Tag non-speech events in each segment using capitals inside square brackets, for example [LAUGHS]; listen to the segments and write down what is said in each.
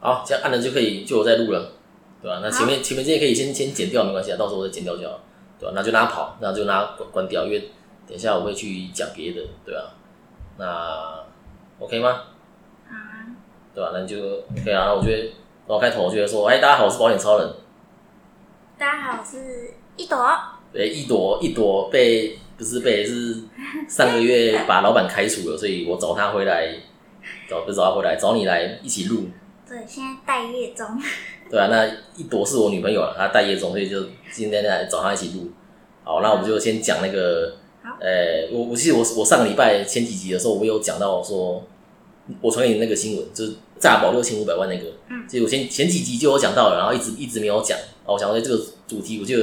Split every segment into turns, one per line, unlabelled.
好，啊这样按了就可以就有在录了，对吧、那前面前面这些可以先先剪掉，没关系啊，到时候我再剪掉就好，对吧、那就让它跑，那就让它关关掉，因为等一下我会去讲别的，对吧、那 OK 吗？
好啊，
对吧、那你就 OK 啊。那我觉得我开头我就会说，哎，大家好，我是保险超人。
大家好，我是一朵。
呃，一朵一朵被不是被是上个月把老板开除了，所以我找他回来，找不是找他回来，找你来一起录，
对，现在待业中。 [LAUGHS]
对啊，那一朵是我女朋友了，她待业中，所以就今天来找她一起录。好，那我们就先讲那个
好，
呃，我我记得我我上个礼拜前几集的时候，我有讲到说，我传给你那个新闻，就是诈保六千五百万那个，
嗯
其实我前前几集就有讲到了，然后一直一直没有讲。哦，我想说这个主题，我就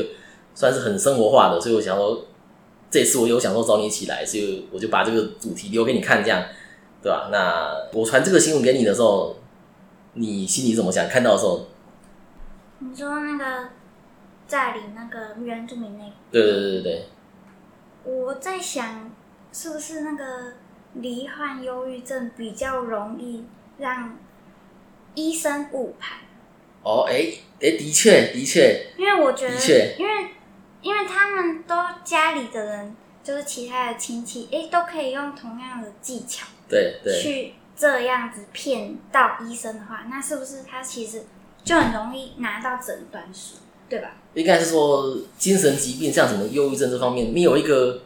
算是很生活化的，所以我想说这次我有想说找你一起来，所以我就把这个主题留给你看，这样对吧、那我传这个新闻给你的时候，你心里怎么想？看到的时候，
你说那个在里那个原住民那个，
对对对对对，
我在想是不是那个罹患忧郁症比较容易让医生误判？
哦，哎、哎、的确的确，
因为我觉
的
得
确，
因为因为他们都家里的人，就是其他的亲戚，诶，都可以用同样的技巧。
对对
去这样子骗到医生的话，那是不是他其实就很容易拿到诊断书，对吧？
应该是说精神疾病像什么忧郁症这方面，没有一个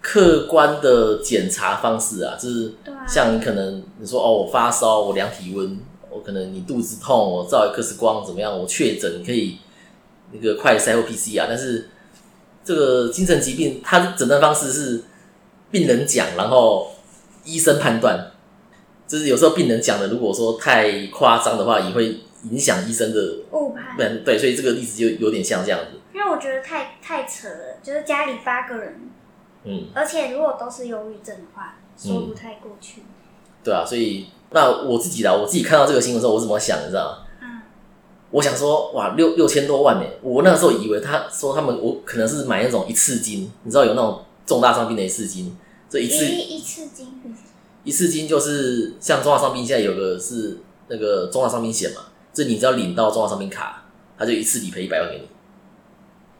客观的检查方式啊，就是
对啊
像你可能你说哦，我发烧，我量体温，我可能你肚子痛，我照 X 光怎么样，我确诊可以那个快筛或 PCR，但是这个精神疾病它的诊断方式是病人讲，然后医生判断，就是有时候病人讲的如果说太夸张的话，也会影响医生的
误判
不，然对，所以这个例子就有点像这样子。
因为我觉得太太扯了，就是家里八个人，
嗯，
而且如果都是忧郁症的话，说不太过去。
对啊，所以那我自己啦，我自己看到这个新闻的时候，我怎么想，你知道吗？
嗯，
我想说，哇，六六千多万呢！我那时候以为他说他们，我可能是买那种一次金，你知道有那种重大伤病的一次金，这一次
一一次经费，
一次金就是像重大伤病现在有个是那个重大伤病险嘛，这你只要领到重大伤病卡，他就一次理赔一百万给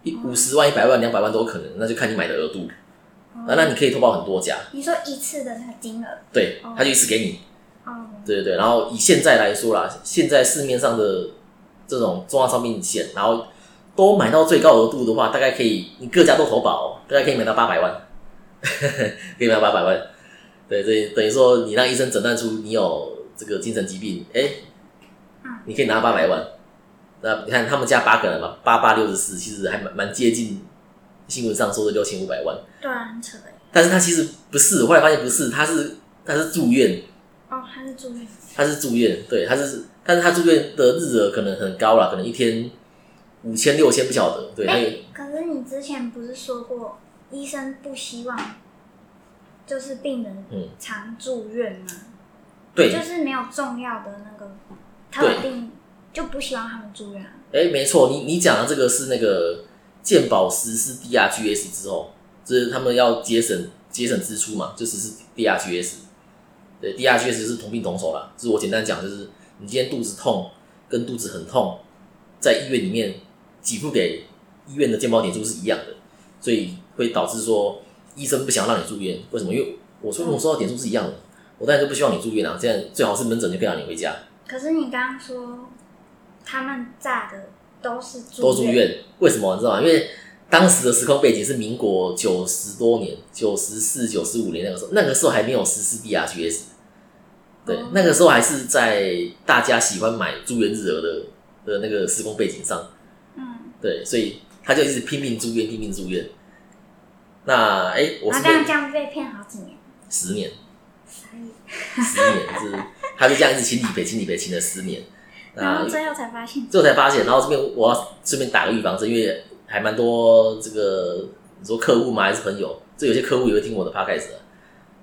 你，一
哦
五十万、一百万、两百万都有可能，那就看你买的额度。啊，那你可以投保很多家，
哦你说一次的那个金额，
对
哦，
他就一次给你。
哦，
对对对，然后以现在来说啦，现在市面上的这种重大伤病险，然后都买到最高额度的话，大概可以你各家都投保哦，大概可以买到八百万， [LAUGHS] 可以买到八百万。对，这等于说你让医生诊断出你有这个精神疾病，哎
嗯，
你可以拿到八百万。那你看他们家八个人嘛，八八六十四，其实还蛮蛮接近新闻上说的六千五百万，
对啊，很扯哎。
但是他其实不是，我后来发现不是，他是他是住院。
哦，他是住院，
他是住院，对，他是，但是他住院的日额可能很高了，可能一天五千六千不晓得，对，
哎
他有
可是你之前不是说过，医生不希望就是病人
嗯
常住院吗？
对，
就
哎、
是没有重要的那个特定，就不希望他们住院啊。
没错，你你讲的这个是那个健保实施 DRGS 之后，就是他们要节省节省支出嘛，就实施 DRGS，对，DRGS 就是同病同酬啦，就是我简单讲，就是你今天肚子痛跟肚子很痛，在医院里面给付给医院的健保点数是一样的，所以会导致说医生不想让你住院，为什么？因为我说
嗯
我收到点数是一样的，我当然就不希望你住院啊，这样最好是门诊就可以让你回家，
可是你刚刚说他们炸的都是住
都住院，为什么你知道吗？因为当时的时空背景是民国九十多年，九十四、九十五年那个时候，那个时候还没有实施 DRGS，对，
哦
那个时候还是在大家喜欢买住院日额的的那个时空背景上，
嗯，
对，所以他就一直拼命住院，拼命住院。那哎、我
然
是
啊
被
后这样这样被骗好几年，
十年，
傻眼
十年就是他就这样一直请理赔，请理赔，请了十年。
然
那
后最后才发现，
最后才发现，然后这边我要顺便打个预防针，因为还蛮多这个你说客户嘛还是朋友，这有些客户也会听我的 podcast 啊。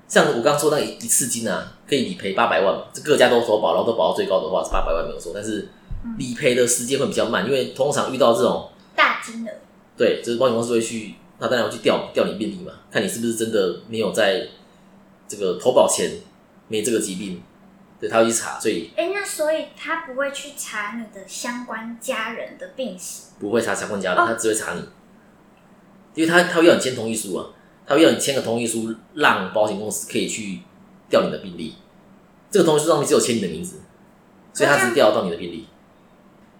像我刚说那一一次金啊，可以理赔八百万嘛，这各家都投保，然后都保到最高的话是八百万没有错，但是理赔的时间会比较慢，因为通常遇到这种
大金额，
对，就是保险公司会去，他当然会去调调你病历嘛，看你是不是真的没有在这个投保前没这个疾病，对，他会去查，所以
哎，那所以他不会去查你的相关家人的病史，
不会查查官家的，
哦
他只会查你，因为他他会要你签同意书啊，他会要你签个同意书，让保险公司可以去调你的病历。这个同意书上面只有签你的名字，所以他只调得到你的病历。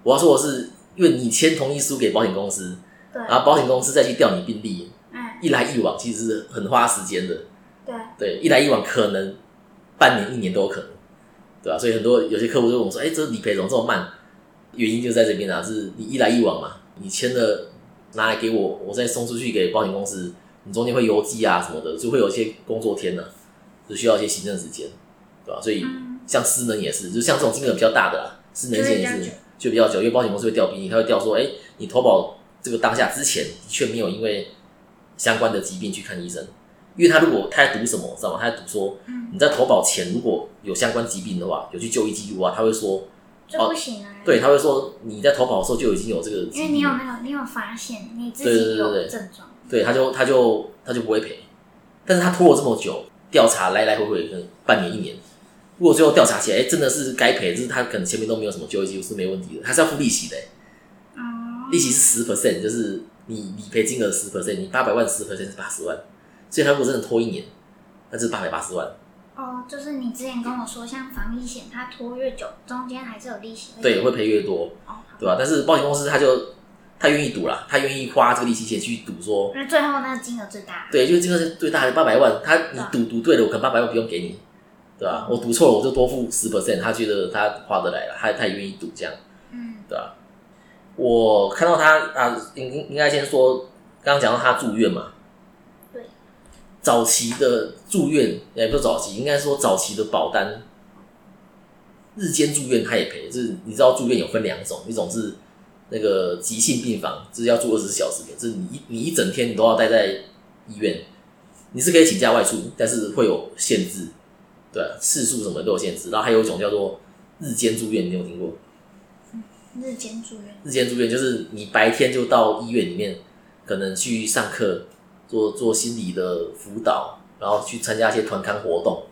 我要说的是，因为你签同意书给保险公司，
对，
然后保险公司再去调你病历，
嗯，
一来一往其实是很花时间的。
对，
对，一来一往可能半年、一年都有可能，对吧、所以很多有些客户就问我说：“哎、这理赔怎么这么慢？”原因就在这边啊，是你一来一往嘛，你签了拿来给我，我再送出去给保险公司，你中间会邮寄啊什么的，就会有一些工作天呢、就需要一些行政时间，对吧、所以
嗯
像私人也是，就像这种金额比较大的啊，私人险也
就是比
是
较久
就比较久，因为保险公司会调病例，他会调说：“哎、你投保这个当下之前的确没有因为相关的疾病去看医生。”因为他如果他在赌什么，知道吗？他在赌说
嗯，
你在投保前如果有相关疾病的话，有去就医记录啊，他会说，
就不行啊，
哦对，，他会说你在投保的时候就已经有这个疾病，
因为你有那个，你有发现你自
对对
己
对
有
对
症状，
对，他就他就他就不会赔。但是他拖了这么久，调查来来回回可能半年一年，如果最后调查起来，哎、真的是该赔，就是他可能前面都没有什么就医记录是没问题的，他是要付利息的、哎
哦，
利息是十 percent，就是你理赔金额十 percent，你八百万十 percent 是八十万，所以他如果真的拖一年，那就是八百八十万。
哦，就是你之前跟我说，像防疫险它拖越久，中间还是有利息，
对，会赔越多，
哦，好
对吧、但是保险公司他就他愿意赌啦，他愿意花这个利息钱去赌说，
那最后那个金额最大，
对，就是这个是最大的八百万，他你
啊
赌赌对了，我可能八百万不用给你，对吧、我赌错了，我就多付十 percent，他觉得他划得来了，他他也愿意赌这样。
嗯，
我看到他啊，应应应该先说，刚刚讲到他住院嘛，
对，
早期的住院也不是早期，应该说早期的保单，日间住院他也赔，就是你知道住院有分两种，一种是那个急性病房，就是要住二十四小时的，就是你一你一整天你都要待在医院，你是可以请假外出，但是会有限制，对啊、次数什么都有限制，然后还有一种叫做日间住院，你有听过？
日间住院，
日间住院就是你白天就到医院里面，可能去上课，做做心理的辅导，然后去参加一些团康活动，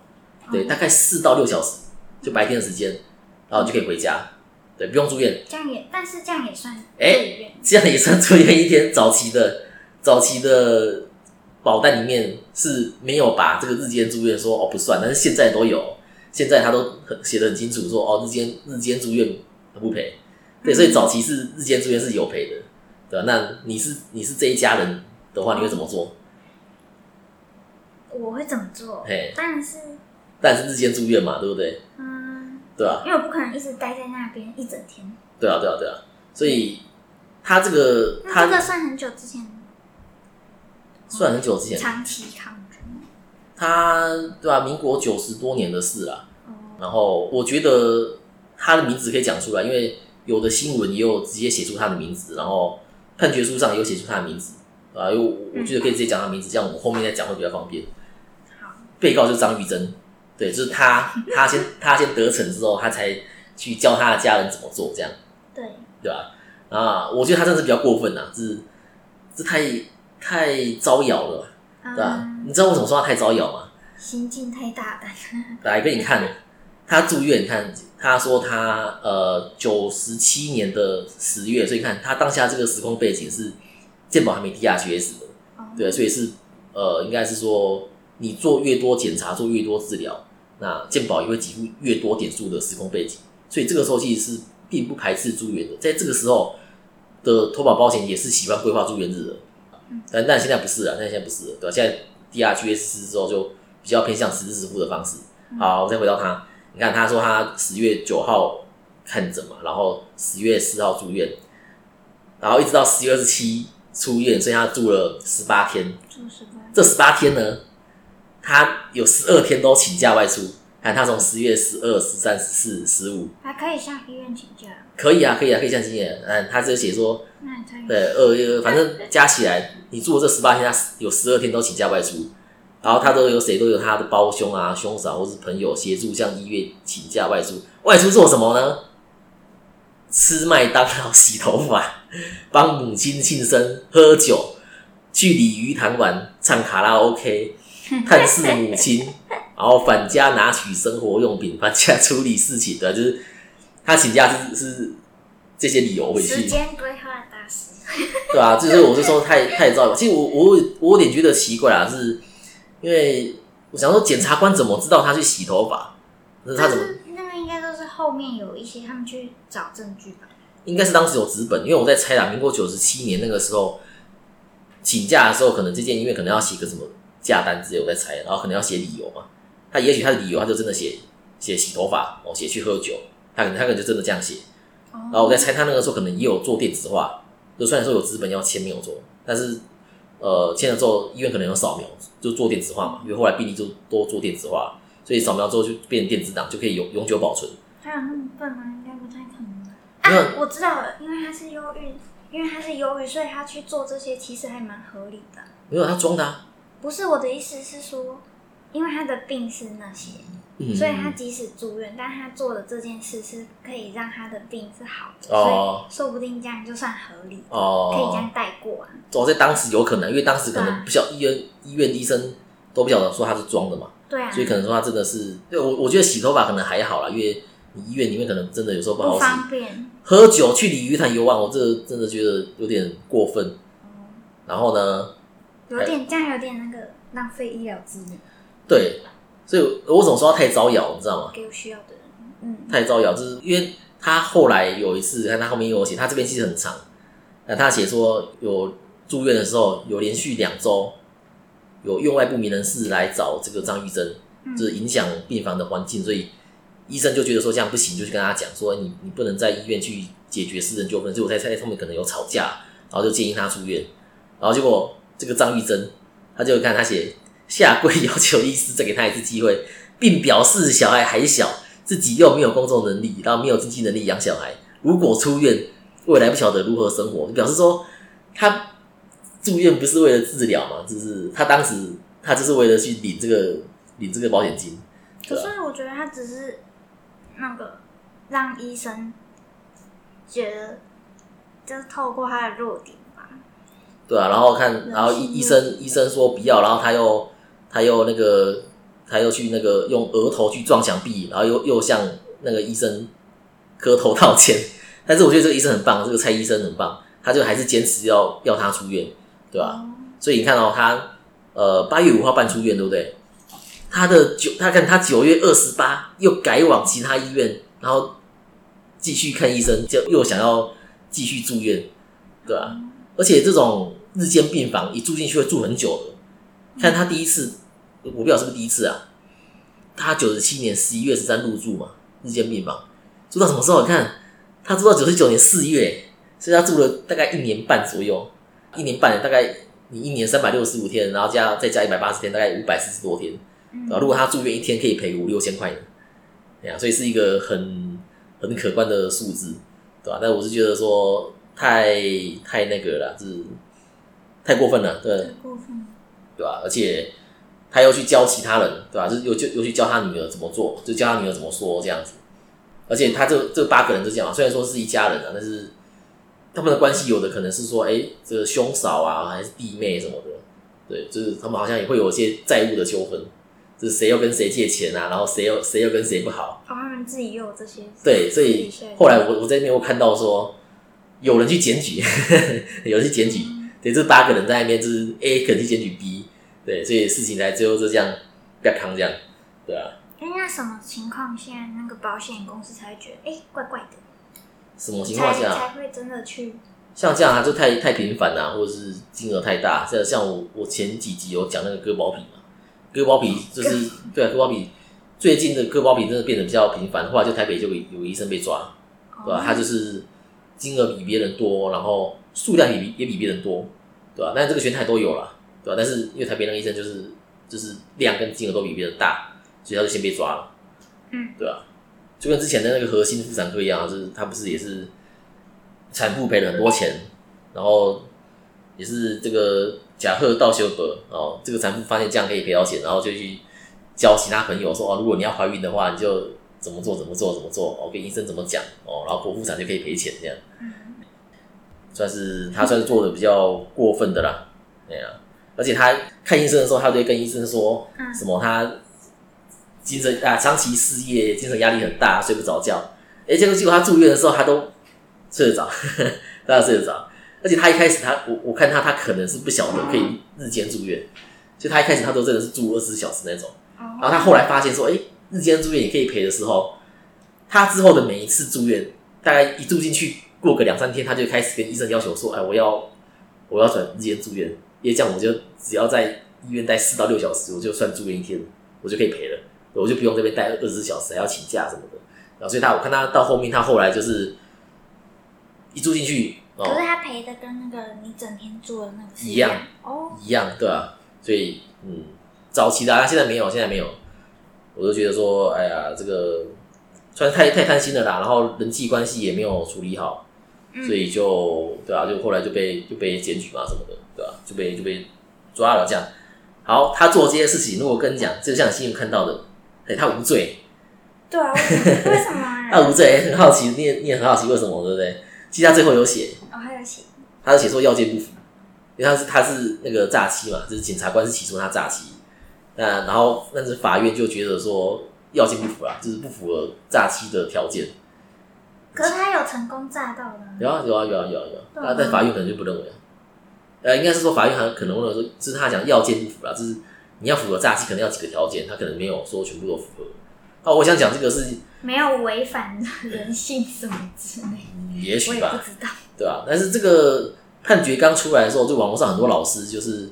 对，
哦
大概四到六小时，就白天的时间，然后你就可以回家，对，不用住院。
这样也，但是这样也算
哎
住院，
这样也算住院一天。早期的早期的保单里面是没有把这个日间住院说哦不算，但是现在都有，现在他都很写的很清楚说哦日间日间住院不赔，对，所以早期是日间住院是有赔的，对吧、那你是你是这一家人的话，你会怎么做？
我会怎么做？
嘿，
但是，
但是日间住院嘛，对不对？
嗯，
对吧、
因为我不可能一直待在那边一整天，
对啊，对啊，对啊，所以他这个
那
他
这个算很久之前
算很久之前，
长期抗争，
他对吧、民国九十多年的事啦。
哦，
然后我觉得他的名字可以讲出来，因为有的新闻也有直接写出他的名字，然后判决书上也有写出他的名字，啊，因为我我觉得可以直接讲他的名字，这样我后面再讲会比较方便。
好，
被告就是张玉珍，对，就是他，他先他先得逞之后，他才去教他的家人怎么做，这样
对，
对吧？啊，我觉得他真的是比较过分啊，就是这太太招摇了，对啊吧？
嗯，
你知道为什么说他太招摇吗？
心境太大胆，
来给你看，他住院，你看他说他呃九十七年的十月，所以你看他当下这个时空背景是健保还没低下去死的，
哦
对，啊所以是呃应该是说你做越多检查，做越多治疗，那健保也会给付越多点数的时空背景，所以这个时候其实是并不排斥住院的，在这个时候的投保保险也是喜欢规划住院日的
嗯，
但但现在不是啊，但现在不是了，对吧、现在 DRGS 四之后就比较偏向实质支付的方式。好，我再回到他，你看他说他十月九号看诊嘛，然后十月四号住院，然后一直到十月二十七出院，所以他住了十八天。
住十八，
这十八天呢，他有十二天都请假外出。看他从十月十二、十三、十四、十五，
还可以向医院请假，
可以啊，可以啊，可以这样经验。嗯，他只是写说
那也太
对，二月反正加起来，你住的这十八天，他有十二天都请假外出，然后他都有谁都有他的胞兄啊、兄嫂或是朋友协助向医院请假外出。外出做什么呢？吃麦当劳、洗头发、
[LAUGHS]
帮母亲庆生、喝酒、去鲤鱼潭玩、唱卡拉 OK、探视母亲，然后返家拿取生活用品，返家处理事情的，就是他请假是是这些理由回
时
去，
间规划大师，
对啊，就是我是说太太糟了。其实我我我有点觉得奇怪啦，是因为我想说检察官怎么知道他去洗头发？那是他
但
怎么？
是那个应该都是后面有一些他们去找证据吧。
应该是当时有纸本，因为我在猜啦，民国九十七年那个时候请假的时候，可能这件因为可能要写个什么假单之类，我在猜，然后可能要写理由嘛。他也许他的理由，他就真的写写洗头发，哦，写去喝酒，他可能他可能就真的这样写。
然
然后我在猜他那个时候可能也有做电子化，就虽然说有资本要签没有做，但是呃签了之后医院可能有扫描，就做电子化嘛，因为后来病例就都做电子化，所以扫描之后就变电子档，就可以永永久保存。
他有那么笨吗？应该不太可能吧。
那
啊，我知道了，因为他是忧郁，因为他是忧郁，所以他去做这些其实还蛮合理的。
没有他装的、啊，
不是我的意思是说，因为他的病是那些，
嗯，
所以他即使住院，但他做的这件事是可以让他的病是好的，
哦
所以说不定这样就算合理，
哦，
可以这样带过啊。
哦，在当时有可能，因为当时可
对
能
啊
不晓医院医院医生都不晓得说他是装的嘛，
对啊，
所以可能说他真的是，对我我觉得洗头发可能还好啦，因为你医院里面可能真的有时候不好
不
洗。
方便。
喝酒去鲤鱼潭游玩，我这个真的觉得有点过分。然后呢，
有
哎
点这样，有点那个浪费医疗资源
对，所以我怎么说他太招摇，你知道吗？
给有需要的人。嗯，
太招摇，就是因为他后来有一次，看他后面又有写，他这边其实很长，那他写说有住院的时候有连续两周有用外不明人士来找这个张玉珍，
嗯
就是影响病房的环境，所以医生就觉得说这样不行，就去跟他讲说你你不能在医院去解决私人纠纷，所以我在猜他们可能有吵架，然后就建议他出院，然后结果这个张玉珍他就看他写下跪要求医师再给他一次机会，并表示小孩还小，自己又没有工作能力，然后没有经济能力养小孩，如果出院未来不晓得如何生活，表示说他住院不是为了治疗嘛，就是他当时他就是为了去领这个领这个保险金，
可是我觉得他只是那个让医生觉得，就是透过他的弱点吧。
对啊，然后看，然后医医生医生说不要，然后他又他又那个他又去那个用额头去撞墙壁，然后又又向那个医生磕头道歉。但是我觉得这个医生很棒，这个蔡医生很棒，他就还是坚持要要他出院，对吧、
哦
所以你看哦，他呃八月五号办出院，对不对？他的九，他看他九月二十八又改往其他医院，然后继续看医生，就又想要继续住院，对吧、啊而且这种日间病房一住进去会住很久的。看他第一次，我不知道是不是第一次啊，他九十七年十一月十三入住嘛，日间病房住到什么时候？你看他住到九十九年四月，所以他住了大概一年半左右，一年半大概你一年三百六十五天，然后加再加一百八十天，大概五百四十多天。
嗯
对吧如果他住院一天可以赔五六千块呢，对呀、所以是一个很很可观的数字，对吧、但我是觉得说太太那个了，就是太过分了，对
太过分了。
对吧、而且他又去教其他人，对吧、就是又就又去教他女儿怎么做，就教他女儿怎么说这样子。而且他这这八个人就这样嘛，虽然说是一家人啊，但是他们的关系有的可能是说，哎、这个兄嫂啊，还是弟妹什么的，对，就是他们好像也会有一些债务的纠纷，就是谁又跟谁借钱啊，然后谁又谁又跟谁不好，
哦，他们自己也有这些。
对，所以
自己下
后来我我在那边又看到说，有人去检举， [LAUGHS] 有人去检举，
嗯
对，这八个人在那边就是 A 肯定检举 B，对，所以事情才最后就这样不要扛这样，对啊，
哎，那什么情况下那个保险公司才会觉得，哎，怪怪的，
什么情
才
况下
才会真的去？
像这样啊，就太太频繁啦、或者是金额太大。像像我我前几集有讲那个割包皮嘛，割包皮就是对啊，割包皮最近的割包皮真的变得比较频繁，后来就台北就有有医生被抓，对吧、
哦
他就是金额比别人多，然后数量也比也比别人多，对吧、但这个全台都有啦，对吧、但是因为台北那个医生就是就是量跟金额都比别人大，所以他就先被抓了。
嗯，
对吧、就跟之前的那个核心妇产科一样，就是他不是也是产妇赔了很多钱，然后也是这个假贺道修德哦，这个产妇发现这样可以赔到钱，然后就去教其他朋友说哦，如果你要怀孕的话，你就怎么做怎么做怎么做，哦，跟医生怎么讲哦，然后剖腹产就可以赔钱，这样
嗯，
算是他算是做的比较过分的啦，对啊，而且他看医生的时候，他就会跟医生说
嗯
什么他精神啊长期失业，精神压力很大，睡不着觉。哎、结果结果他住院的时候，他都睡得着， [LAUGHS] 大家睡得着。而且他一开始他我我看他他可能是不晓得可以日间住院，就他一开始他都真的是住二十四小时那种。然后
哦，
他后来发现说，哎、日间住院也可以赔的时候，他之后的每一次住院，大概一住进去过个两三天，他就开始跟医生要求说，哎，我要我要转日间住院，因为这样我就只要在医院待四到六小时，我就算住院一天，我就可以赔了，我就不用这边待二十四小时，还要请假什么的。然后所以他我看他到后面，他后来就是一住进去哦
可，是他赔的跟那个你整天做的那个是
一样
哦，
一样，对啊，所以嗯，早期的啊，现在没有，现在没有，我就觉得说，哎呀，这个算是太太贪心了啦，然后人际关系也没有处理好，
嗯
所以就对啊，就后来就被就被检举嘛什么的，对吧、就被就被抓了这样。好，他做这些事情，如果跟你讲，就像你新闻看到的，哎、他无罪，
对啊，为什么为什
[LAUGHS]
么啊？
他无罪，很好奇，你也你也很好奇为什么，对不对？其实他最后有写，
哦，还有写
他是写说要件不符，因为他是他是那个诈欺嘛，就是检察官是起诉他诈欺，那然后但是法院就觉得说要件不符啦，就是不符合诈欺的条件。
可是他有成功炸到的，
有啊有啊有啊有啊有
对
啊，
啊
那但法院可能就不认为啊，呃，应该是说法院还可能认为说，就是他讲要件不符啦，就是你要符合诈欺，可能要几个条件，他可能没有说全部都符合。那我想讲这个是
没有违反人性什么之类，
也
我
许
[LAUGHS] 也
吧
不，知道。
对啊，但是这个判决刚出来的时候，就网络上很多老师就是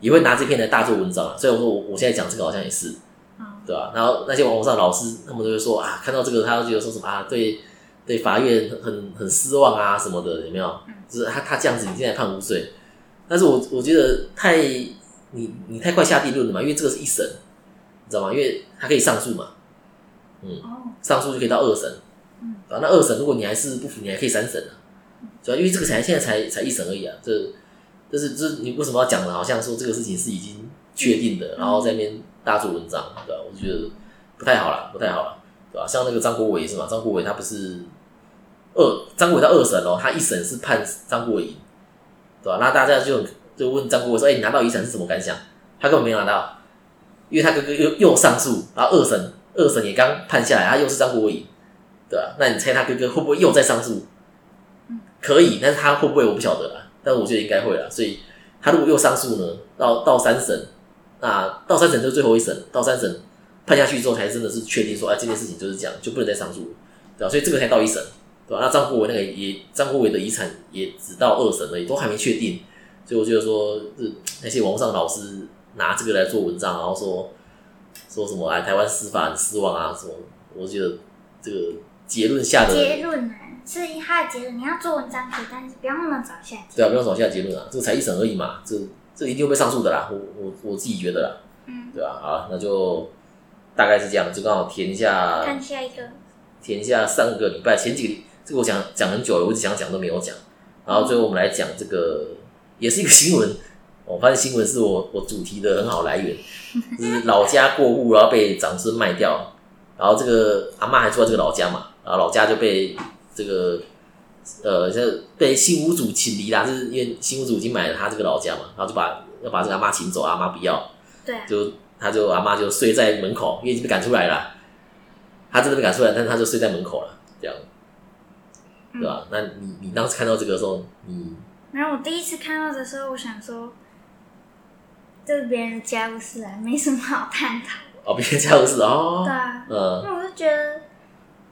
也会拿这篇来大做文章啊。所以我说我我现在讲这个好像也是，
嗯
对吧、然后那些网络上的老师他们都会说啊，看到这个他就觉得说什么啊，对对法院很很失望啊什么的，有没有
嗯？
就是他他这样子，你现在判无罪，但是我我觉得太你你太快下定论了嘛，因为这个是一审，你知道吗？因为他可以上诉嘛，
哦，
上诉就可以到二审，
嗯
啊，那二审如果你还是不服，你还可以三审啊，对吧、因为这个才现在才才一审而已啊，这这是这是你为什么要讲的？好像说这个事情是已经确定的，然后在那边大做文章，对吧、啊我就觉得不太好了，不太好了，对吧、像那个张国伟也是嘛，张国伟他不是二，张国伟到二审哦，他一审是判张国伟赢，对啊吧、那大家就很就问张国伟说：“哎、你拿到遗产是什么感想？”他根本没拿到，因为他哥哥又又上诉，然后二审二审也刚判下来，他又是张国伟赢，对吧、那你猜他哥哥会不会又在上诉
嗯？
可以，但是他会不会我不晓得啦，但我觉得应该会啦。所以他如果又上诉呢，到到三审，那到三审就是最后一审，到三审判下去之后才真的是确定说，哎、这件事情就是这样，就不能再上诉了，对吧、所以这个才到一审，对吧、那张国伟那个也张国伟的遗产也只到二审而已，都还没确定。所以我觉得说，这那些网上老师拿这个来做文章，然后说说什么哎，台湾司法很失望啊什么，我觉得这个结论下的
结论啊，是他的结论。你要做文章可以，但是不要那么早下结。
对啊，不用走下结论啊，这个才一审而已嘛，这这一定会被上诉的啦，我我我自己觉得啦，
嗯，
对啊，好啊，那就大概是这样，就刚好填一下
看下一个，
填一下上个礼拜前几个礼，这个我讲讲很久了，我一直想讲都没有讲。然后最后我们来讲这个，也是一个新闻。 [LAUGHS] 我发现新闻是我我主题的很好来源，就是老家过户，然后被长孙卖掉，然后这个阿妈还住在这个老家嘛，然后老家就被这个呃，像被新屋主请离啦，就是因为新屋主已经买了他这个老家嘛，然后就把要把这个阿妈请走，阿妈不要，
对啊，
就他就阿妈就睡在门口，因为已经被赶出来了。他真的被赶出来，但是他就睡在门口了，这样
嗯
对吧？那你你当时看到这个的时候，你
然后我第一次看到的时候，我想说，这是别人的家务事啊，没什么好探讨。
哦，别人家务事哦
对，啊，
[LAUGHS] 嗯，
那我就觉得。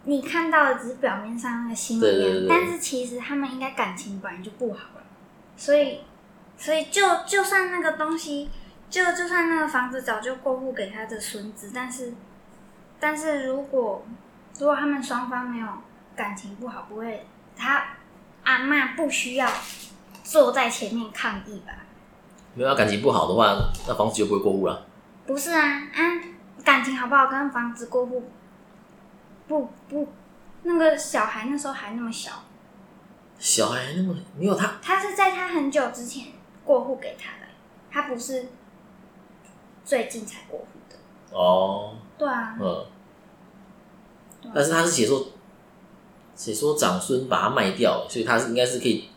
你看到的只是表面上那个新闻
对对对对
但是其实他们应该感情本来就不好了，所以，所以就就算那个东西，就就算那个房子早就过户给他的孙子，但是，但是如果如果他们双方没有感情不好，不会，他阿嬷不需要坐在前面抗议吧？
没有他感情不好的话，那房子就不会过户了。
不是啊，啊，感情好不好跟房子过户，不不，那个小孩那时候还那么小，
小孩那么没有他，
他是在他很久之前过户给他的，他不是最近才过户的。
哦，
对啊，
嗯，
嗯
但是他是写说写说长孙把他卖掉，所以他是应该是可以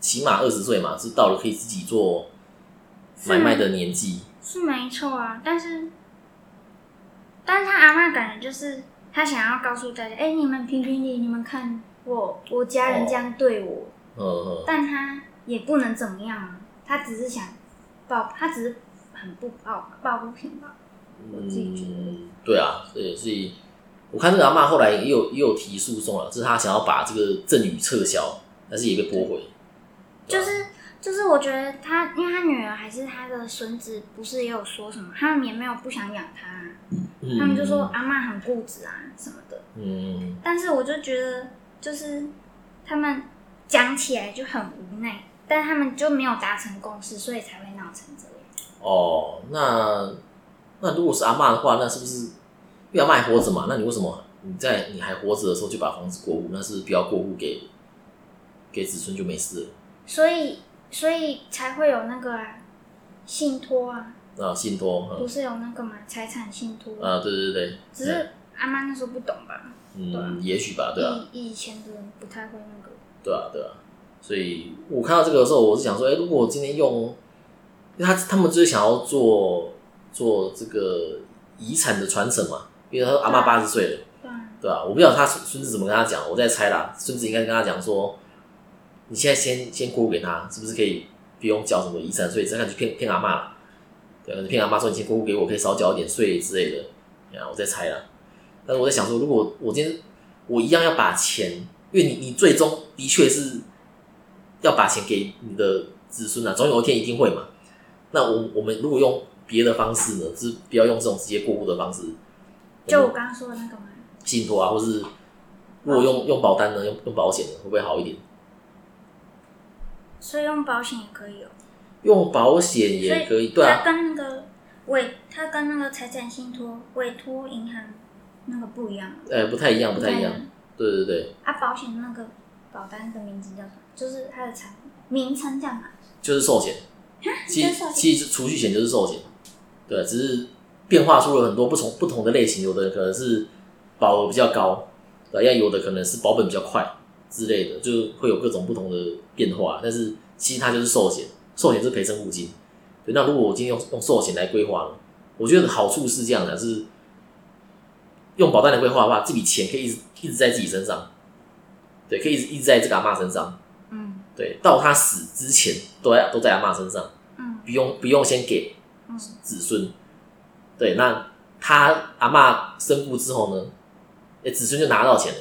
起码二十岁嘛，是到了可以自己做买卖的年纪，
是没错啊，但是，但是他阿嬷感觉就是他想要告诉大家，哎、你们评评理，你们看我我家人这样对我，
嗯嗯，
但他也不能怎么样啊，他只是想抱，他只是很不抱抱不平吧。我自己觉得
嗯，对啊，所以所以我看这个阿嬷后来也有也有提诉讼啊了，就是她想要把这个赠与撤销，但是也被驳回。对
就
啊
是就是，我觉得他，因为他女儿还是他的孙子，不是也有说什么，他们也没有不想养他啊、
嗯
他们就说阿嬷很固执啊什么的。
嗯，
但是我就觉得，就是他们讲起来就很无奈，但他们就没有达成共识，所以才会闹成这样。
哦，那那如果是阿嬷的话，那是不是因为阿嬷还活着嘛？那你为什么你在你还活着的时候就把房子过户？那是不是不要过户给给子孙就没事了？
所以所以才会有那个啊，信托啊，
啊，信托，
不
嗯，
是有那个嘛，财产信托。
啊，对对对，
只是阿妈那时候不懂吧？对啊
嗯，也许吧，对啊，
以以前的人不太会那个。
对啊，对啊。所以我看到这个的时候，我是想说，哎、如果我今天用，因为他他们就是想要做做这个遗产的传承嘛，因为他说阿妈
对啊
八十岁了，
对啊，
对啊，我不知道他孙孙子怎么跟他讲，我在猜啦，孙子应该跟他讲说，你现在先先过户给他，是不是可以不用缴什么遗产税？这样就骗骗阿妈了，对啊，骗阿妈说你先过户给我，可以少缴一点税之类的，啊，我在猜啦。但是我在想说，如果我今天我一样要把钱，因为你你最终的确是要把钱给你的子孙啊，总有一天一定会嘛。那我我们如果用别的方式呢，就是不要用这种直接过户的方式，
就我刚刚说的那个嘛，
信托啊，或是如果用用保单呢，用用保险呢，会不会好一点？
所以用保险也可以哦、
用保险也可以，对
它
啊，
跟那个委，它跟那个财产信托、委托银行那个不一样，
呃，不太一样，不太一样，。对对对，
啊，保险那个保单的名字叫什么？就是它的产名称叫什么？
就是寿险，其
就是寿险
其实储蓄险就是寿险，对，只是变化出了很多不同不同的类型，有的可能是保额比较高，对，要有的可能是保本比较快之类的，就会有各种不同的变化。但是其实它就是寿险，寿险是赔偿物金。对，那如果我今天用用寿险来规划呢，我觉得好处是这样的，啊是用保单来规划的话，这笔钱可以一直一直在自己身上，对，可以一直一直在这个阿妈身上。
嗯
对，到他死之前都在都在阿妈身上，
嗯
不用不用先给
嗯
子孙。对，那他阿妈身故之后呢，诶子孙就拿到钱了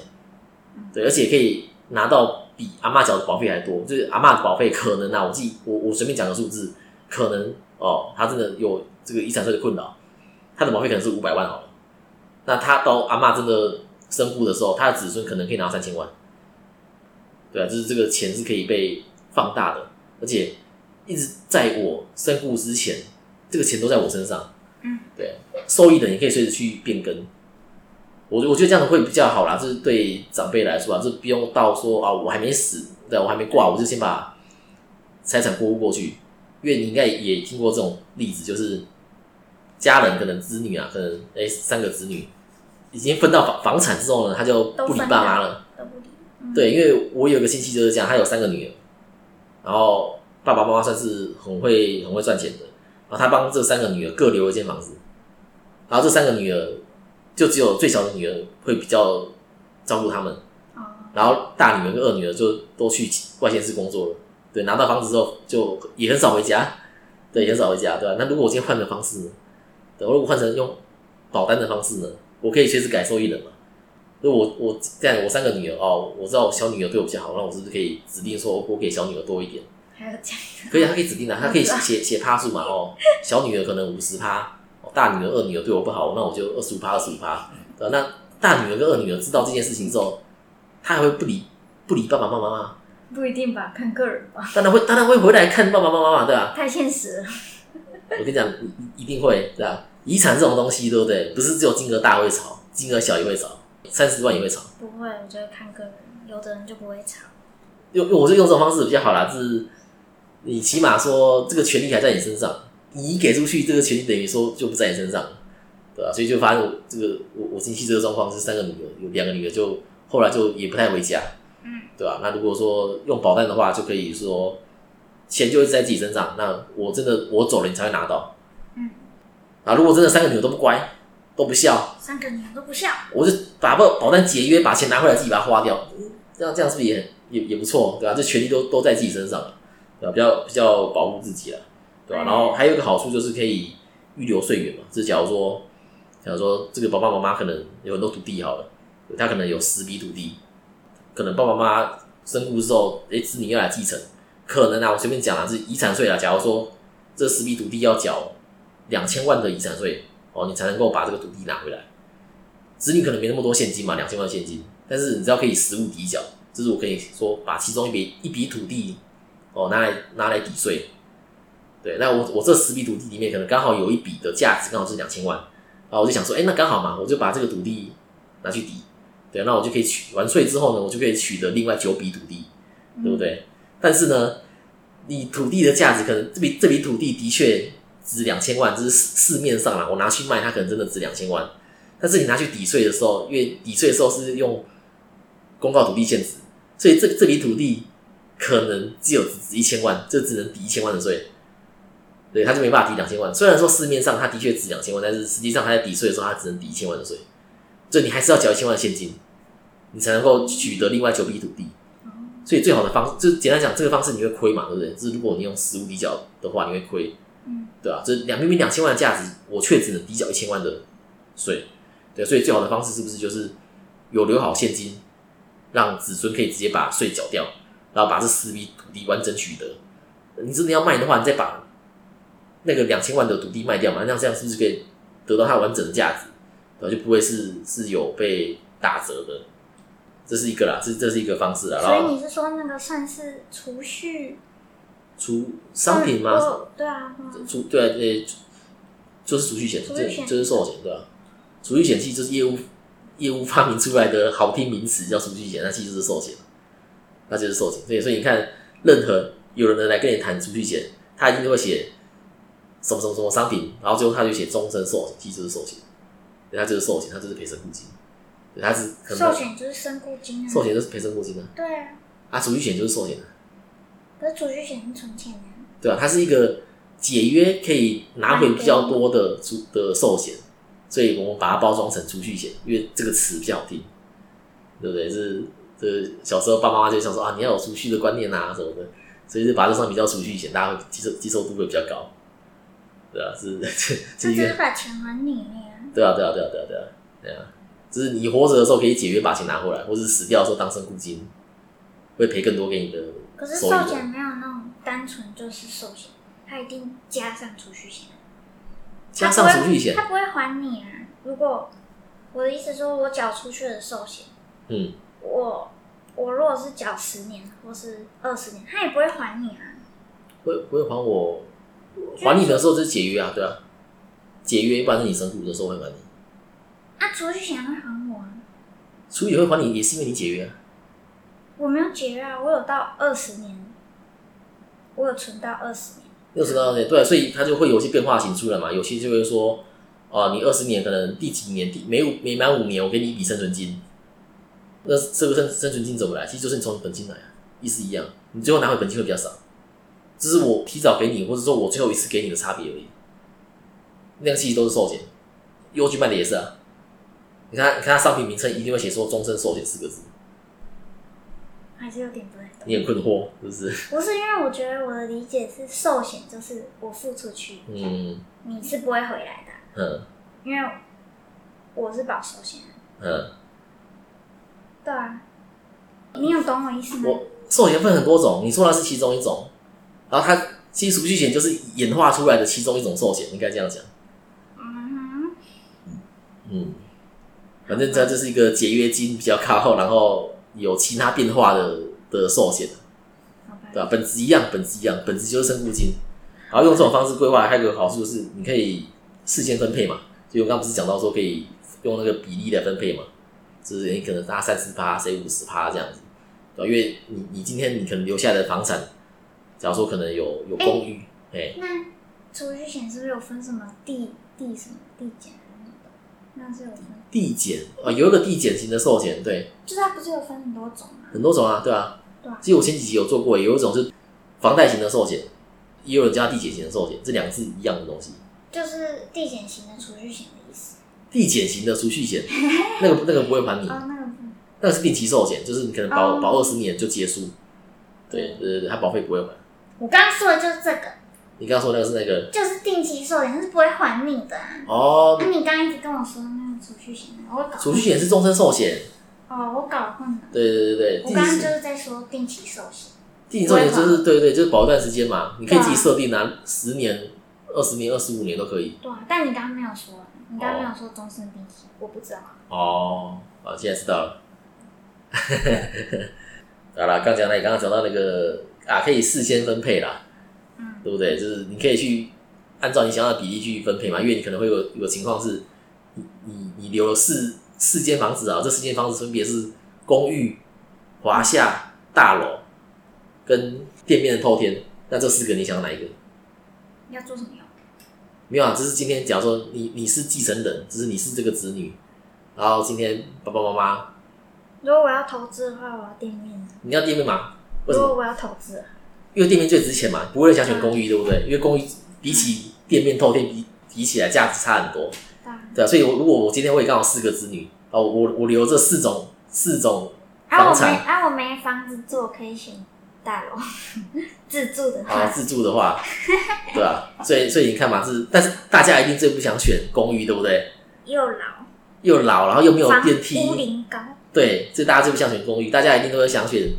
嗯，
对，而且可以拿到比阿妈缴的保费还多，就是阿妈的保费可能啊，我自己我我随便讲个数字，可能哦，他真的有这个遗产税的困扰，他的保费可能是五百万好了，那他到阿妈真的身故的时候，他的子孙可能可以拿到三千万。对啊，就是这个钱是可以被放大的，而且一直在我身故之前，这个钱都在我身上，
嗯，
对，啊受益人也可以随时去变更。我我觉得这样会比较好啦，就是对长辈来说啊，就不用到说啊，我还没死，对我还没挂，我就先把财产过户过去，因为你应该也听过这种例子，就是家人可能子女啊，可能哎、三个子女已经分到房房产之后呢，他就
都
不理
分
爸妈
了
了。
都不理。嗯，
对，因为我有个亲戚就是这样，他有三个女儿，然后爸爸妈妈算是很会很会赚钱的，然后他帮这三个女儿各留一间房子，然后这三个女儿就只有最小的女儿会比较照顾他们，
哦，
然后大女儿跟二女儿就都去外县市工作了，对，拿到房子之后就也很少回家，对，也很少回家，对吧、那如果我今天换个方式呢？对，我如果换成用保单的方式呢，我可以随时改受益人嘛。如果我我这样，我三个女儿哦，我知道我小女儿对我比较好，那我是不是可以指定说我给小女儿多一点？
还有这样
可以啊，他可以指定的、他可以
我知道
写写趴数嘛，哦，小女儿可能五十趴，哦大女儿、二女儿对我不好，那我就二十五趴、二十五趴。对吧，那大女儿跟二女儿知道这件事情之后，她还会不理不理爸爸妈妈吗？
不一定吧，看个人吧，
当然会，当然会回来看爸爸妈妈嘛，对吧、
太现实了。
我跟你讲，一一定会，对吧、遗产这种东西，对不对？不是只有金额大会吵，金额小也会吵，三十万也会吵。
不会，我觉得看个人，有的人就不会吵。
用我就用这种方式比较好啦，就是你起码说这个权利还在你身上，你给出去这个权利等于说就不在你身上，对吧、所以就发现我这个我我亲戚这个状况是三个女儿，有两个女儿就后来就也不太回家，
嗯
对吧、那如果说用保单的话，就可以说钱就一直在自己身上，那我真的我走了你才会拿到
嗯，
啊。如果真的三个女儿都不乖，都不孝，
三个女人都不孝，
我就把保保单解约，把钱拿回来自己把它花掉，嗯这样这样是不是也很也也不错，对吧、这权利都都在自己身上了，对吧、比较比较保护自己了，对吧、
嗯
然后还有一个好处就是可以预留税源嘛，就假如说假如说这个爸爸妈妈可能有很多土地好了，他可能有十笔土地，可能爸爸妈妈身故之后，诶，子女要来继承，可能啊，我随便讲啊，是遗产税啊。假如说这十笔土地要缴两千万的遗产税哦，你才能够把这个土地拿回来。子女可能没那么多现金嘛，两千万现金，但是你只要可以实物抵缴，就是我可以说把其中一笔一笔土地哦拿来拿来抵税。对，那我我这十笔土地里面可能刚好有一笔的价值刚好是两千万，啊，我就想说，哎、那刚好嘛，我就把这个土地拿去抵，对，那我就可以取完税之后呢，我就可以取得另外九笔土地，
嗯
对不？对？但是呢，你土地的价值可能这笔这笔土地的确值两千万，这是市市面上啦，我拿去卖，它可能真的值两千万。但是你拿去抵税的时候，因为抵税的时候是用公告土地限值，所以这这笔土地可能只有只值一千万，就只能抵一千万的税。对，他就没办法抵两千万。虽然说市面上它的确值两千万，但是实际上它在抵税的时候，它只能抵一千万的税，所以你还是要缴一千万的现金，你才能够取得另外九笔土地。
哦
所以最好的方就是简单讲，这个方式你会亏嘛，对不对？就是如果你用实物抵缴的话，你会亏，
嗯，
对吧、啊？就是两明明两千万的价值，我却只能抵缴一千万的税，对。所以最好的方式是不是就是有留好现金，让子孙可以直接把税缴掉，然后把这四笔土地完整取得。你真的要卖的话，你再把那个两千万的土地卖掉嘛，那这样是不是可以得到它完整的价值？然后就不会是是有被打折的。这是一个啦，这这是一个方式嗯啦。然
所
后
以你是说那个算是储蓄
除商品
嗯
吗？
我对啊，嗯
除对啊，呃，就是储蓄险，
储
这
蓄险
就是寿险，对吧、储蓄险其实就是业务业务发明出来的好听名词，叫储蓄险，那其实就是寿险，那就是寿险。所以，所以你看，任何有人来跟你谈储蓄险，他一定都会写什么什么什么商品，然后最后他就写终身寿险，其实就是寿险，对，它就是寿险，它就是赔偿固金，对，它是可能
寿险就是身故金啊，
寿险就是赔偿固金啊，
对啊，
啊，储蓄险就是寿险啊。
可是储蓄险是存钱的啊，
对啊，它是一个解约可以拿回比较多的出的寿险，所以我们把它包装成储蓄险，因为这个词比较好听，对不对？是这小时候爸妈妈就想说啊，你要有储蓄的观念啊什么的，所以就把这上面叫储蓄险，大家会接受接受度会比较高，对啊，是 [LAUGHS] 这
他
是一
只
个
是把钱还你呢，
对啊，对啊，对啊，对啊，对啊，对啊，就是你活着的时候可以解约把钱拿回来，或是死掉的时候当身故金，会赔更多给你的
可是
收益的。
寿险没有那种单纯就是寿险，它一定加上储蓄险，
加上储蓄险
它，不会还你啊。如果我的意思说，我缴出去的寿险，
嗯，
我我如果是缴十年或是二十年，它也不会还你啊。
会不会还我？还你的时候就是解约啊，对啊，解约一般是你身故的时候会还你，
那啊储蓄险会还我啊？
处理会还你也是因为你解约啊。
我没有解约啊，我有到二十年，我有存到二十年。
六十到年对啊、所以它就会有一些变化型出来嘛。有些就会说，哦、你二十年可能第几年第每五每满五年，我给你一笔生存金。那这个生生存金怎么来？其实就是你从你本金来啊，意思一样。你最后拿回本金会比较少，这是我提早给你，或者说我最后一次给你的差别而已。那个其实都是寿险，邮局卖的也是啊。你看它，你看它商品名称一定会写说“终身寿险”四个字，
还是有点不太懂，
你很困惑，是不是？ [LAUGHS]
不是因为我觉得我的理解是寿险就是我付出去，
嗯
你是不会回来的啊，
嗯
因为我是保寿险啊。
嗯，
对啊，你有懂我意思吗
我？寿险分很多种，你说的是其中一种，然后它其实储蓄险就是演化出来的其中一种寿险，应该这样讲。
嗯
嗯，反正这就是一个节约金比较靠，然后有其他变化的的寿险，
哼，好吧。
对吧、啊本质一样，本质一样，本质就是身故金。然后用这种方式规划，还有一个好处就是你可以事先分配嘛，就我刚刚不是讲到说可以用那个比例来分配嘛，就是你可能搭三十趴，谁五十趴这样子，对吧、因为你你今天你可能留下来的房产，假如说可能有有公寓，哎、
那储蓄险是不是有分什么地地什么地减还是什么的？那是有分，
递减啊，呃有一个递减型的寿险，对，
就是它不是有分很多种吗？
很多种啊，对啊。
对啊
其实我前几集有做过，有一种是房贷型的寿险，也有人叫它递减型的寿险，这两个是一样的东西。
就是递减型的储蓄险的意思。
递减型的储蓄险，那个那个不会还你，
哦，那个不
那个是定期寿险，就是你可能保、
哦
保二十年就结束。对对对对，它保费不会还。
我刚刚说的就是这个，
你刚刚说那个是那个
就是定期寿险它是不会还你的、啊。
哦
那，你刚刚一直跟我说那个储蓄险，我搞混
储蓄险是终身寿险。
哦，我搞混了。
对对对对，
我
定
刚刚
期
就是在说定期寿险，
定期寿险就
不会
是对对，就是保一段时间嘛，你可以自己
对啊
设定啊，十年、二十年、二十五年都可以。
对啊，但你刚刚没有说，你刚刚没有说终身定期，我不知道。
哦，好，现在知道了。 [LAUGHS] 好啦，刚讲到你刚刚讲到那个啊，可以事先分配啦，
嗯，
对不对？就是你可以去按照你想要的比例去分配嘛，因为你可能会有有情况是，你你你留了四四间房子啊，这四间房子分别是公寓、华夏、大楼跟店面的透天，那这四个你想要哪一个？
要做什么用？
没有啊，只是今天假如说你你是继承人，只是你是这个子女，然后今天爸爸妈妈
如果我要投资的话，我要店面。
你要店面嘛？为什
如
么？
果我要投资的话，
因为店面最值钱嘛，不会想选公寓，对不对？因为公寓比起店面透天比比起来价值差很多，
当然。
对啊。所以我如果我今天我也刚好四个子女，啊，我我我留这四种四种
啊，
房
我没
产
啊，我没房子住，我可以选大楼自住的
啊
话，
自住的话，对啊，所以所以你看嘛，是但是大家一定最不想选公寓，对不对？
又老，
又老，然后又没有
房
电梯，
屋龄高，
对，所以大家最不想选公寓，大家一定都会想选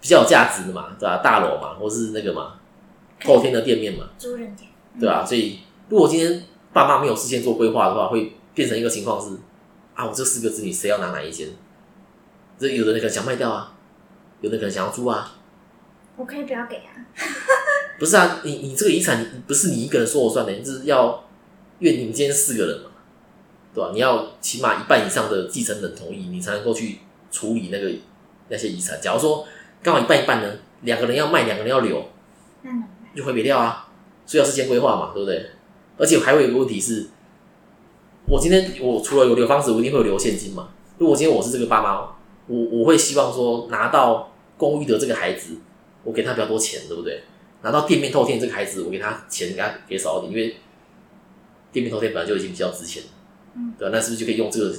比较有价值的嘛，对吧、大楼嘛，或是那个嘛，透天的店面嘛，
租人家，
对吧、所以如果今天爸妈没有事先做规划的话，会变成一个情况是啊，我这四个子女谁要拿哪一间？这有的人可能想卖掉啊，有的可能想要租啊，
我可以不要给啊，
不是啊，你你这个遗产你不是你一个人说了算的，你是要，因为你们今天四个人嘛，对吧、你要起码一半以上的继承人同意，你才能够去处理那个那些遗产。假如说刚好一半一半呢，两个人要卖，两个人要留，
那怎么办？
就回别掉啊，所以要事先规划嘛，对不对？而且还有一个问题是，我今天我除了有留房子，我一定会有留现金嘛。如果今天我是这个爸妈，我我会希望说拿到公寓的这个孩子，我给他比较多钱，对不对？拿到店面透天这个孩子，我给他钱给他给少一点，因为店面透天本来就已经比较值钱，
嗯，
对吧、那是不是就可以用这个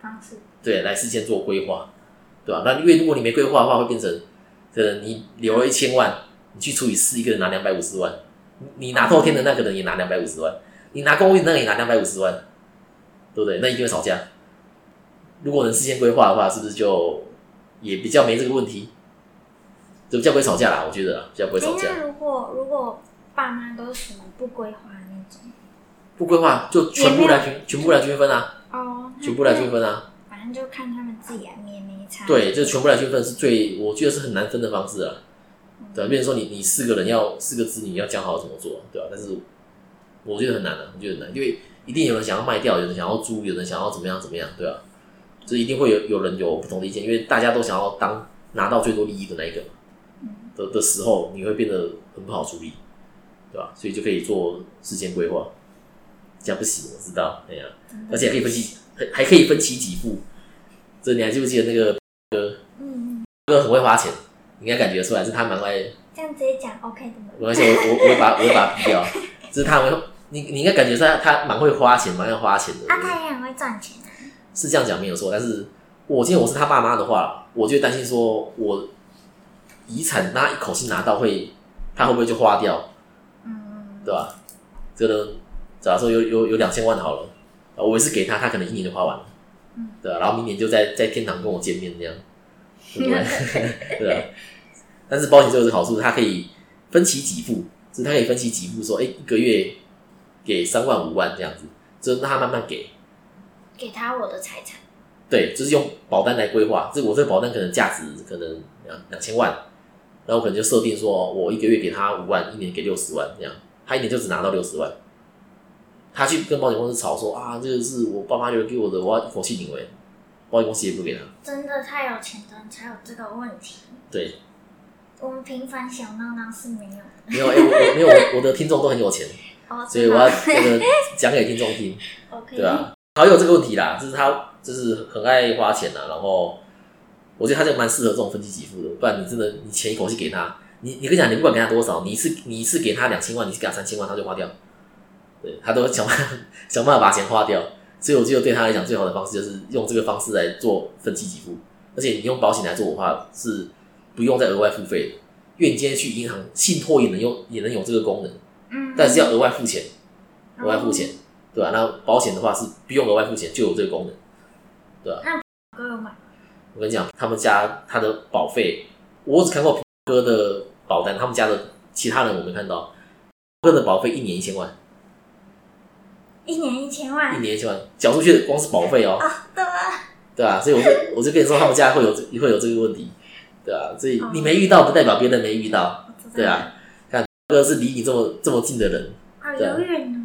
方式
对，来事先做规划，对吧、那因为如果你没规划的话，会变成，可能你留了一千万，你去除以四，一个人拿两百五十万，你你拿透天的那个人也拿两百五十万，你拿公寓的那个也拿两百五十万，对不对？那一定会吵架。如果能事先规划的话，是不是就也比较没这个问题？就比较不会吵架啦，我觉得啦，比较不会
哎
吵，架。
那如果如果爸妈都是属于不规划的那种，
不规划就全部来均全部来均分啊，
哦，那
全部来均分啊。
反正就看他们自己来啊面没差，
对，就全部来区分是最，我觉得是很难分的方式啊。对啊，比如说你你四个人要四个子女要讲好怎么做，对啊吧、但是我觉得很难啊，我觉得很难，因为一定有人想要卖掉，有人想要租，有人想要怎么样怎么样，对吧、就一定会有有人有不同的意见，因为大家都想要当拿到最多利益的那一个嘛
嗯
的的时候，你会变得很不好处理，对吧、所以就可以做事先规划，这样不行，我知道，哎呀、
真的
而且还可以分期，还还可以分期给付，这你还记不记得那个？
嗯嗯，
哥很会花钱，你应该感觉出来，是他蛮会，
这样直接讲 OK 的吗？
没关系，我我我会把我会把它逼掉，就是他很会，你你应该感觉出来他蛮会花钱，蛮会花钱的，
啊，他也很会赚钱啊，
是这样讲没有错。但是我今天我是他爸妈的话，我就会担心说我遗产那一口气拿到会，他会不会就花掉，
嗯，
对吧？这个假如说有有有两千万好了，啊我也是给他，他可能一年就花完了，
嗯
对吧、然后明年就在在天堂跟我见面这样，对不对？ [LAUGHS] 对啊。但是保险就有这个好处，它可以分期给付，就是它可以分期给付说，哎、一个月给三万五万这样子，就是让他慢慢给，
给他我的财产，
对，就是用保单来规划。这我这个保单可能价值可能两两千万，然后我可能就设定说，哦我一个月给他五万，一年给六十万这样，他一年就只拿到六十万。他去跟保险公司吵说啊，这个是我爸妈留给我的，我要一口气领回。保险公司也不给他，
真的太有钱的人才有这个问题。
对，
我们平凡小闹闹是没有的。
没有，哎、我我没有，我我的听众都很有钱，
哦，
所以我要那个讲给听众听。
OK，
对啊，好友这个问题啦，就是他就是很爱啊花钱啦，然后我觉得他就蛮适合这种分期给付的，不然你真的你钱一口气给他，你你跟你讲，你不管给他多少，你一次你一次给他两千万，你给他三千万，他就花掉，对他都想办 [LAUGHS] 想办法把钱花掉。所以我觉得对他来讲，最好的方式就是用这个方式来做分期给付，而且你用保险来做的话，是不用再额外付费的，因为你今天去银行信托也能用也能有这个功能，
嗯，
但是要额外付钱，
嗯
额外付钱，对吧、那保险的话是不用额外付钱就有这个功能。
哥有买，
我跟你讲，他们家他的保费，我只看过平哥的保单，他们家的其他人我没看到。哥的保费一年一千万，
一年一千
一
万，
年一千万缴出去的光是保费哦，
对啊，
对啊，所以我就我就跟你说，他们家会有这会有这个问题，对啊，所以
哦
你没遇到不代表别人没遇到，
我知道
对啊，看哥是离你这么这么近的人，
好
对啊
遥远哦，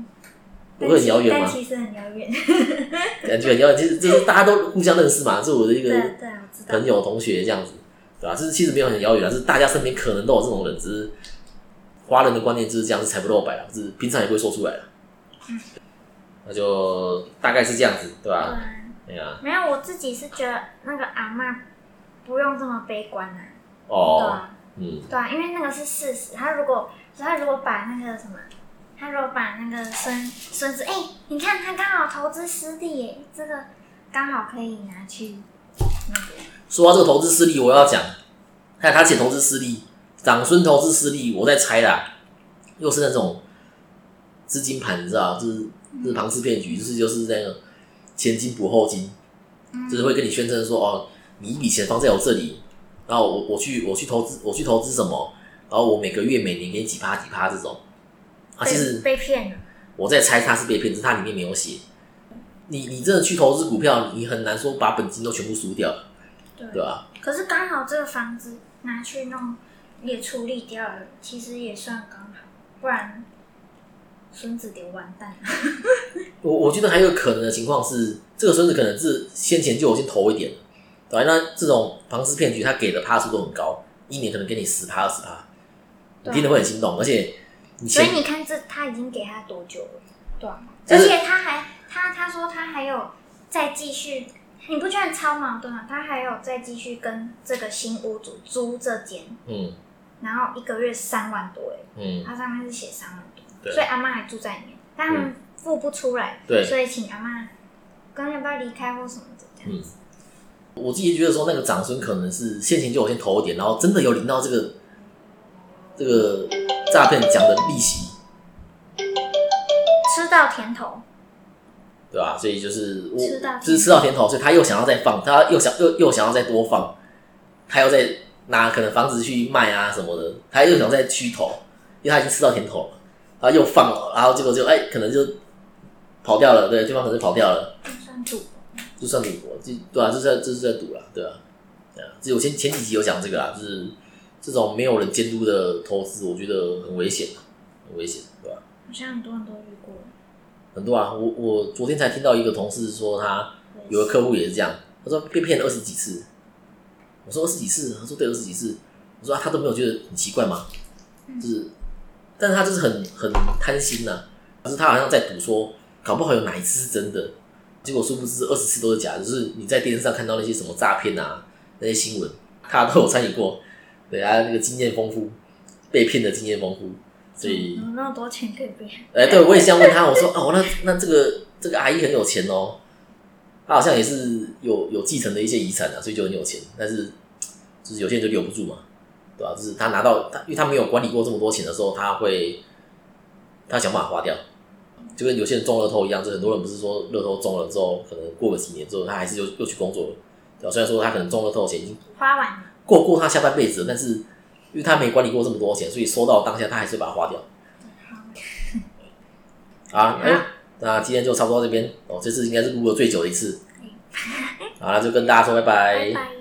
不会很遥远
但
吗？
其实很遥远，
感觉很遥远，其实就是大家都互相认识嘛，是我的一个
对啊对啊，我知道
朋，友、同学这样子，对吧、就是其实没有很遥远啊，是大家身边可能都有这种人，只是华人的观念就是这样，是财不露白了，就是平常也不会说出来了。
嗯
那就大概是这样子，对
对
吧、
啊。
哎呀、
没有，我自己是觉得那个阿嬷不用这么悲观啊。对
哦，
啊，
嗯，
对啊，因为那个是事实。他如果他如果把那个什么，他如果把那个孙孙子，哎、你看他刚好投资失利耶，这个刚好可以拿去那个。
说到这个投资失利，我要讲，看他写投资失利，长孙投资失利，我在猜啦，又是那种资金盘，你知道，就是就是庞氏骗局，就是就是那个前金补后金，
嗯
就是会跟你宣称说哦，你一笔钱放在我这里，然后我我去我去投资我去投资什么，然后我每个月每年给你几趴几趴这种。啊，
被
其实
被骗了，
我在猜他是被骗，只是他里面没有写。你你真的去投资股票，你很难说把本金都全部输掉，
对
对啊吧？
可是刚好这个房子拿去弄也处理掉了，其实也算刚好，不然孙子得完蛋了。
我我觉得还有可能的情况是，这个孙子可能是先前就有先投一点了，对吧？那这种庞氏骗局，他给的趴数都很高，一年可能给你十趴二十趴，你
对啊
听了会很心动，而且你
所
钱
以你看这他已经给他多久了？对啊，
就
而
是
且他还他他说他还有再继续，你不觉得很超矛盾吗？他还有再继续跟这个新屋主租这间，
嗯
然后一个月三万多哎，
嗯，
他上面是写三万多，欸
对
所以阿妈还住在里面，但他们付不出来，
对
所以请阿妈刚要不要离开或什么的这样子，
嗯我自己觉得说，那个长孙可能是先前就有先投一点，然后真的有领到这个这个诈骗讲的利息，
吃到甜头，
对吧？所以就是我
吃到甜头
就是吃到甜头，所以他又想要再放，他又想又又想要再多放，他又再拿可能房子去卖啊什么的，他又想再虚投，因为他已经吃到甜头了，然后又放了，然后结果就哎可能就跑掉了，对，对方可能就跑掉了。
就算赌博。
就算赌博，就对啊，就是在就是在赌啦，对啊，对啊。就我前前几集有讲这个啦，就是这种没有人监督的投资，我觉得很危险啊，很危险，对吧、
好像很多人都遇过，
很多啊，我我昨天才听到一个同事说，他有个客户也是这样，他说被骗了二十几次。我说二十几次，他说对二十几次，我说、啊、他都没有觉得很奇怪吗？
嗯
就是，但是他就是很很贪心呐、可是他好像在赌说，搞不好有哪一次是真的，结果殊不知二十次都是假的，就是你在电视上看到那些什么诈骗啊那些新闻，他都有参与过，对啊，那个经验丰富，被骗的经验丰富，所以。
嗯有那么多钱可以变，
哎、对，我也这样问他，我说哦，那那这个这个阿姨很有钱哦，她好像也是有有继承的一些遗产啊，所以就很有钱，但是就是有些人就留不住嘛，对吧、就是他拿到他，因为他没有管理过这么多钱的时候，他会他想办法花掉，就跟有些人中乐透一样，就很多人不是说乐透中了之后，可能过个几年之后，他还是又又去工作了，对吧、虽然说他可能中乐透的钱已经
花完了。
过过他下半辈子了，但是因为他没管理过这么多钱，所以收到当下他还是把它花掉。好，哎、那今天就差不多到这边哦，这次应该是录了最久的一次
嗯。
好，那就跟大家说拜拜。
拜拜。